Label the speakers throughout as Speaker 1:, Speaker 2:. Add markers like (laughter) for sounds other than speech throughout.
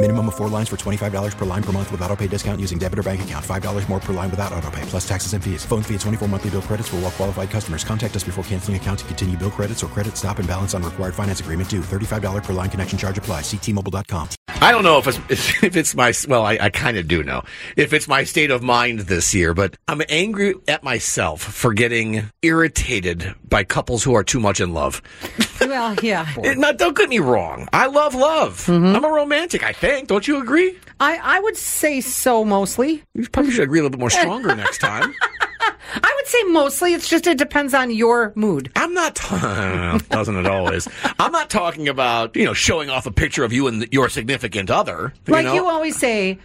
Speaker 1: Minimum of four lines for $25 per line per month with auto pay discount using debit or bank account. $5 more per line without auto pay, plus taxes and fees. Phone fee at 24 monthly bill credits for all well qualified customers. Contact us before canceling account to continue bill credits or credit stop and balance on required finance agreement due. $35 per line connection charge apply. Ctmobile.com.
Speaker 2: I don't know if it's, (laughs) if it's my, well, I, I kind of do know if it's my state of mind this year, but I'm angry at myself for getting irritated by couples who are too much in love.
Speaker 3: (laughs) Well, yeah.
Speaker 2: It, not, don't get me wrong. I love love. Mm-hmm. I'm a romantic, I think. Don't you agree?
Speaker 3: I, I would say so mostly.
Speaker 2: You probably should agree a little bit more
Speaker 3: (laughs)
Speaker 2: stronger next time.
Speaker 3: I would say mostly. It's just it depends on your mood.
Speaker 2: I'm not. Ta- (laughs) doesn't it always? I'm not talking about you know showing off a picture of you and your significant other.
Speaker 3: You like
Speaker 2: know?
Speaker 3: you always say,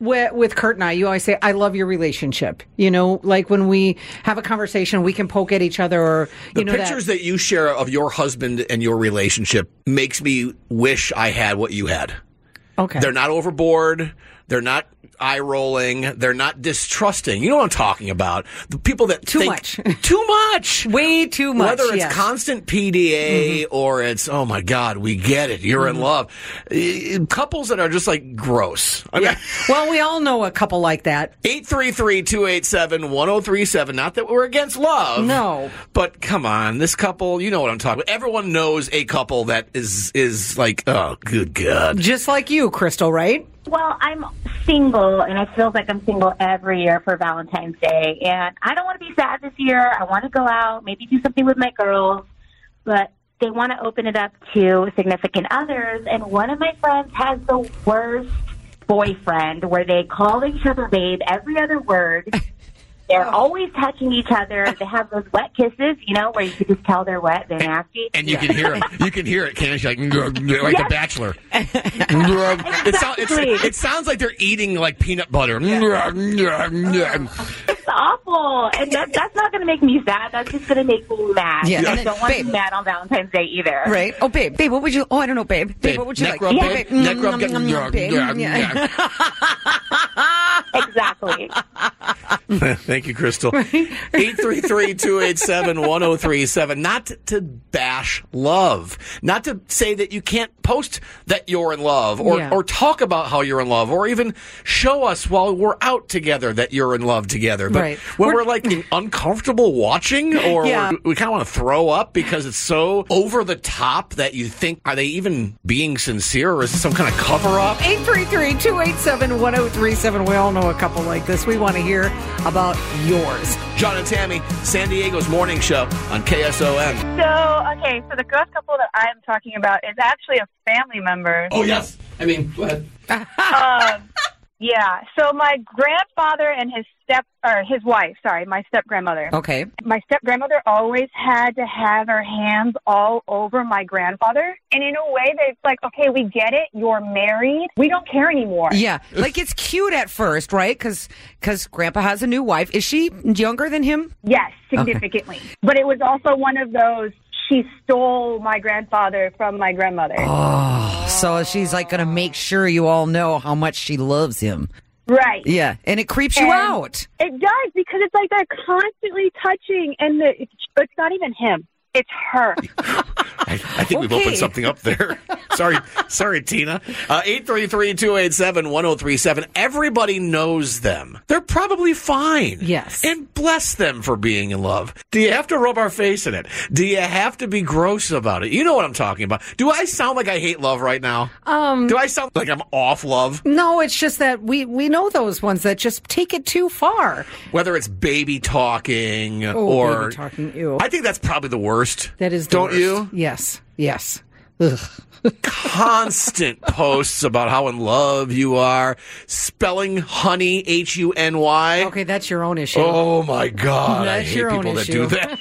Speaker 3: with, with Kurt and I, you always say, I love your relationship. You know, like when we have a conversation, we can poke at each other or,
Speaker 2: the
Speaker 3: you know,
Speaker 2: pictures that, that you share of your husband and your relationship makes me wish I had what you had.
Speaker 3: Okay.
Speaker 2: They're not overboard. They're not eye rolling. They're not distrusting. You know what I'm talking about. The people that
Speaker 3: too
Speaker 2: think,
Speaker 3: much, (laughs)
Speaker 2: too much,
Speaker 3: way too much.
Speaker 2: Whether it's
Speaker 3: yes.
Speaker 2: constant PDA mm-hmm. or it's oh my god, we get it. You're mm-hmm. in love. Couples that are just like gross.
Speaker 3: I mean, yeah. well, we all know a couple like that.
Speaker 2: 833-287-1037. Not that we're against love.
Speaker 3: No.
Speaker 2: But come on, this couple, you know what I'm talking about. Everyone knows a couple that is is like, oh good god.
Speaker 3: Just like you, Crystal, right?
Speaker 4: Well, I'm single, and I feel like I'm single every year for Valentine's Day. And I don't want to be sad this year. I want to go out, maybe do something with my girls, but they want to open it up to significant others. And one of my friends has the worst boyfriend where they call each other babe every other word. They're oh. always touching each other. They have those wet kisses, you know, where you can just tell they're wet, they're nasty.
Speaker 2: And you yeah. can hear it. You can hear it, can't you? Like, like yes. The
Speaker 3: (laughs)
Speaker 2: Bachelor. exactly. it, sound, it, sounds like they're eating like peanut butter.
Speaker 4: it's awful. And that, that's not going to make me sad. That's just going to make me mad. Yeah. I don't want to be mad on Valentine's Day either.
Speaker 3: Right. (laughs) Oh, babe. Babe, what would you... Oh, I don't know, babe. Babe, babe what would you
Speaker 2: neck
Speaker 3: like?
Speaker 2: yeah. babe. Neck rub,
Speaker 4: Exactly.
Speaker 2: (laughs) Thank you, Crystal. (laughs) 833 287 1037. Not to bash love, not to say that you can't post that you're in love or, yeah. or talk about how you're in love or even show us while we're out together that you're in love together. But
Speaker 3: right.
Speaker 2: when we're, we're like uncomfortable watching or yeah. we kind of want to throw up because it's so over the top that you think, are they even being sincere or is it some kind of cover up?
Speaker 3: 833 287 1037. We all know a couple like this. We want to hear about yours.
Speaker 2: John and Tammy, San Diego's morning show on KSON.
Speaker 5: So, okay, so the girl couple that I'm talking about is actually a family member.
Speaker 2: Oh, yes. I mean, go ahead.
Speaker 5: um, yeah, so my grandfather and his step, or his wife, sorry, my step grandmother.
Speaker 3: Okay.
Speaker 5: My step grandmother always had to have her hands all over my grandfather. And in a way that it's like, okay, we get it. You're married. We don't care anymore.
Speaker 3: Yeah. (laughs) Like it's cute at first, right? Because cause grandpa has a new wife. Is she younger than him?
Speaker 5: Yes, significantly. Okay. But it was also one of those she stole my grandfather from my grandmother.
Speaker 3: Oh, so she's like going to make sure you all know how much she loves him.
Speaker 5: Right.
Speaker 3: Yeah, and it creeps and you out.
Speaker 5: It does because it's like they're constantly touching, and the, it's not even him. It's
Speaker 3: (laughs)
Speaker 5: her.
Speaker 2: I, I think we've opened something up there. (laughs) sorry, sorry, Tina. Uh, Eight three three two eight seven one zero three seven. Everybody knows them. They're probably fine.
Speaker 3: Yes.
Speaker 2: and bless them for being in love. Do you have to rub our face in it? Do you have to be gross about it? You know what I'm talking about. Do I sound like I hate love right now? Um, do I sound like I'm off love?
Speaker 3: No, it's just that we we know those ones that just take it too far.
Speaker 2: Whether it's baby talking
Speaker 3: Oh,
Speaker 2: or
Speaker 3: baby talking ew.
Speaker 2: I think that's probably the worst.
Speaker 3: that is the
Speaker 2: don't
Speaker 3: worst.
Speaker 2: you?
Speaker 3: Yes. Yes. Ugh. (laughs)
Speaker 2: constant posts about how in love you are, spelling honey H U N Y.
Speaker 3: Okay, that's your own issue.
Speaker 2: Oh my God! I
Speaker 3: That's
Speaker 2: hate
Speaker 3: your own
Speaker 2: people that
Speaker 3: issue.
Speaker 2: do
Speaker 3: (laughs)
Speaker 2: that.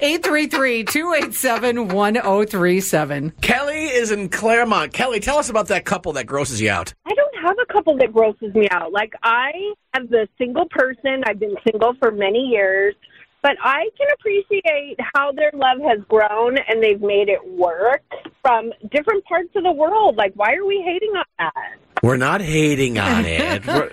Speaker 3: 833-287-1037.
Speaker 2: Kelly is in Claremont. Kelly, tell us about that couple that grosses you out.
Speaker 6: I don't have a couple that grosses me out. Like I am the single person. I've been single for many years, but I can appreciate how their love has grown and they've made it work from different parts of the world. Like why are we hating on that?
Speaker 2: We're not hating on it.
Speaker 3: (laughs)
Speaker 2: We're,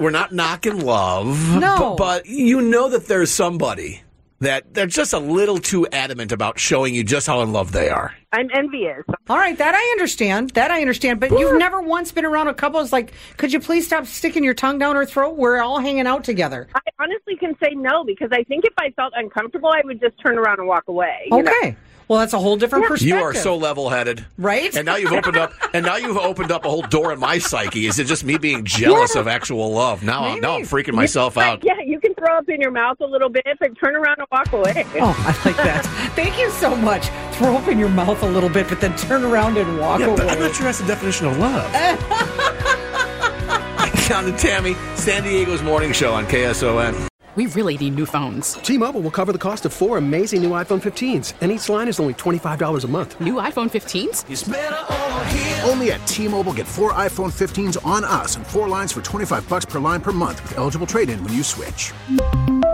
Speaker 2: we're not knocking love.
Speaker 3: No.
Speaker 2: But, but you know that there's somebody that they're just a little too adamant about showing you just how in love they are.
Speaker 6: I'm envious.
Speaker 3: All right, that I understand. That I understand. But you've never once been around a couple that's like, could you please stop sticking your tongue down her throat? We're all hanging out together.
Speaker 6: I honestly can say no because I think if I felt uncomfortable, I would just turn around and walk away. you know?
Speaker 3: Okay. Well, that's a whole different perspective.
Speaker 2: You are so level-headed,
Speaker 3: Right?
Speaker 2: And now you've opened
Speaker 3: (laughs)
Speaker 2: up, and now you've opened up a whole door in my psyche. Is it just me being jealous of actual love? Now, I'm, now I'm freaking myself out.
Speaker 6: Yeah, you can throw up in your mouth a little bit, but turn around and walk away.
Speaker 3: Oh, (laughs) I like that. Thank you so much. Throw open your mouth a little bit, but then turn around and walk
Speaker 2: Yeah, but I'm
Speaker 3: away.
Speaker 2: not sure that's the definition of
Speaker 3: (laughs)
Speaker 2: love. Down to Tammy, San Diego's morning show on KSON.
Speaker 7: We really need new phones.
Speaker 8: T-Mobile will cover the cost of four amazing new iPhone 15s, and each line is only $25 a month.
Speaker 7: New iPhone 15s?
Speaker 9: Only at T-Mobile, get four iPhone 15s on us and four lines for 25 bucks per line per month with eligible trade-in when you switch.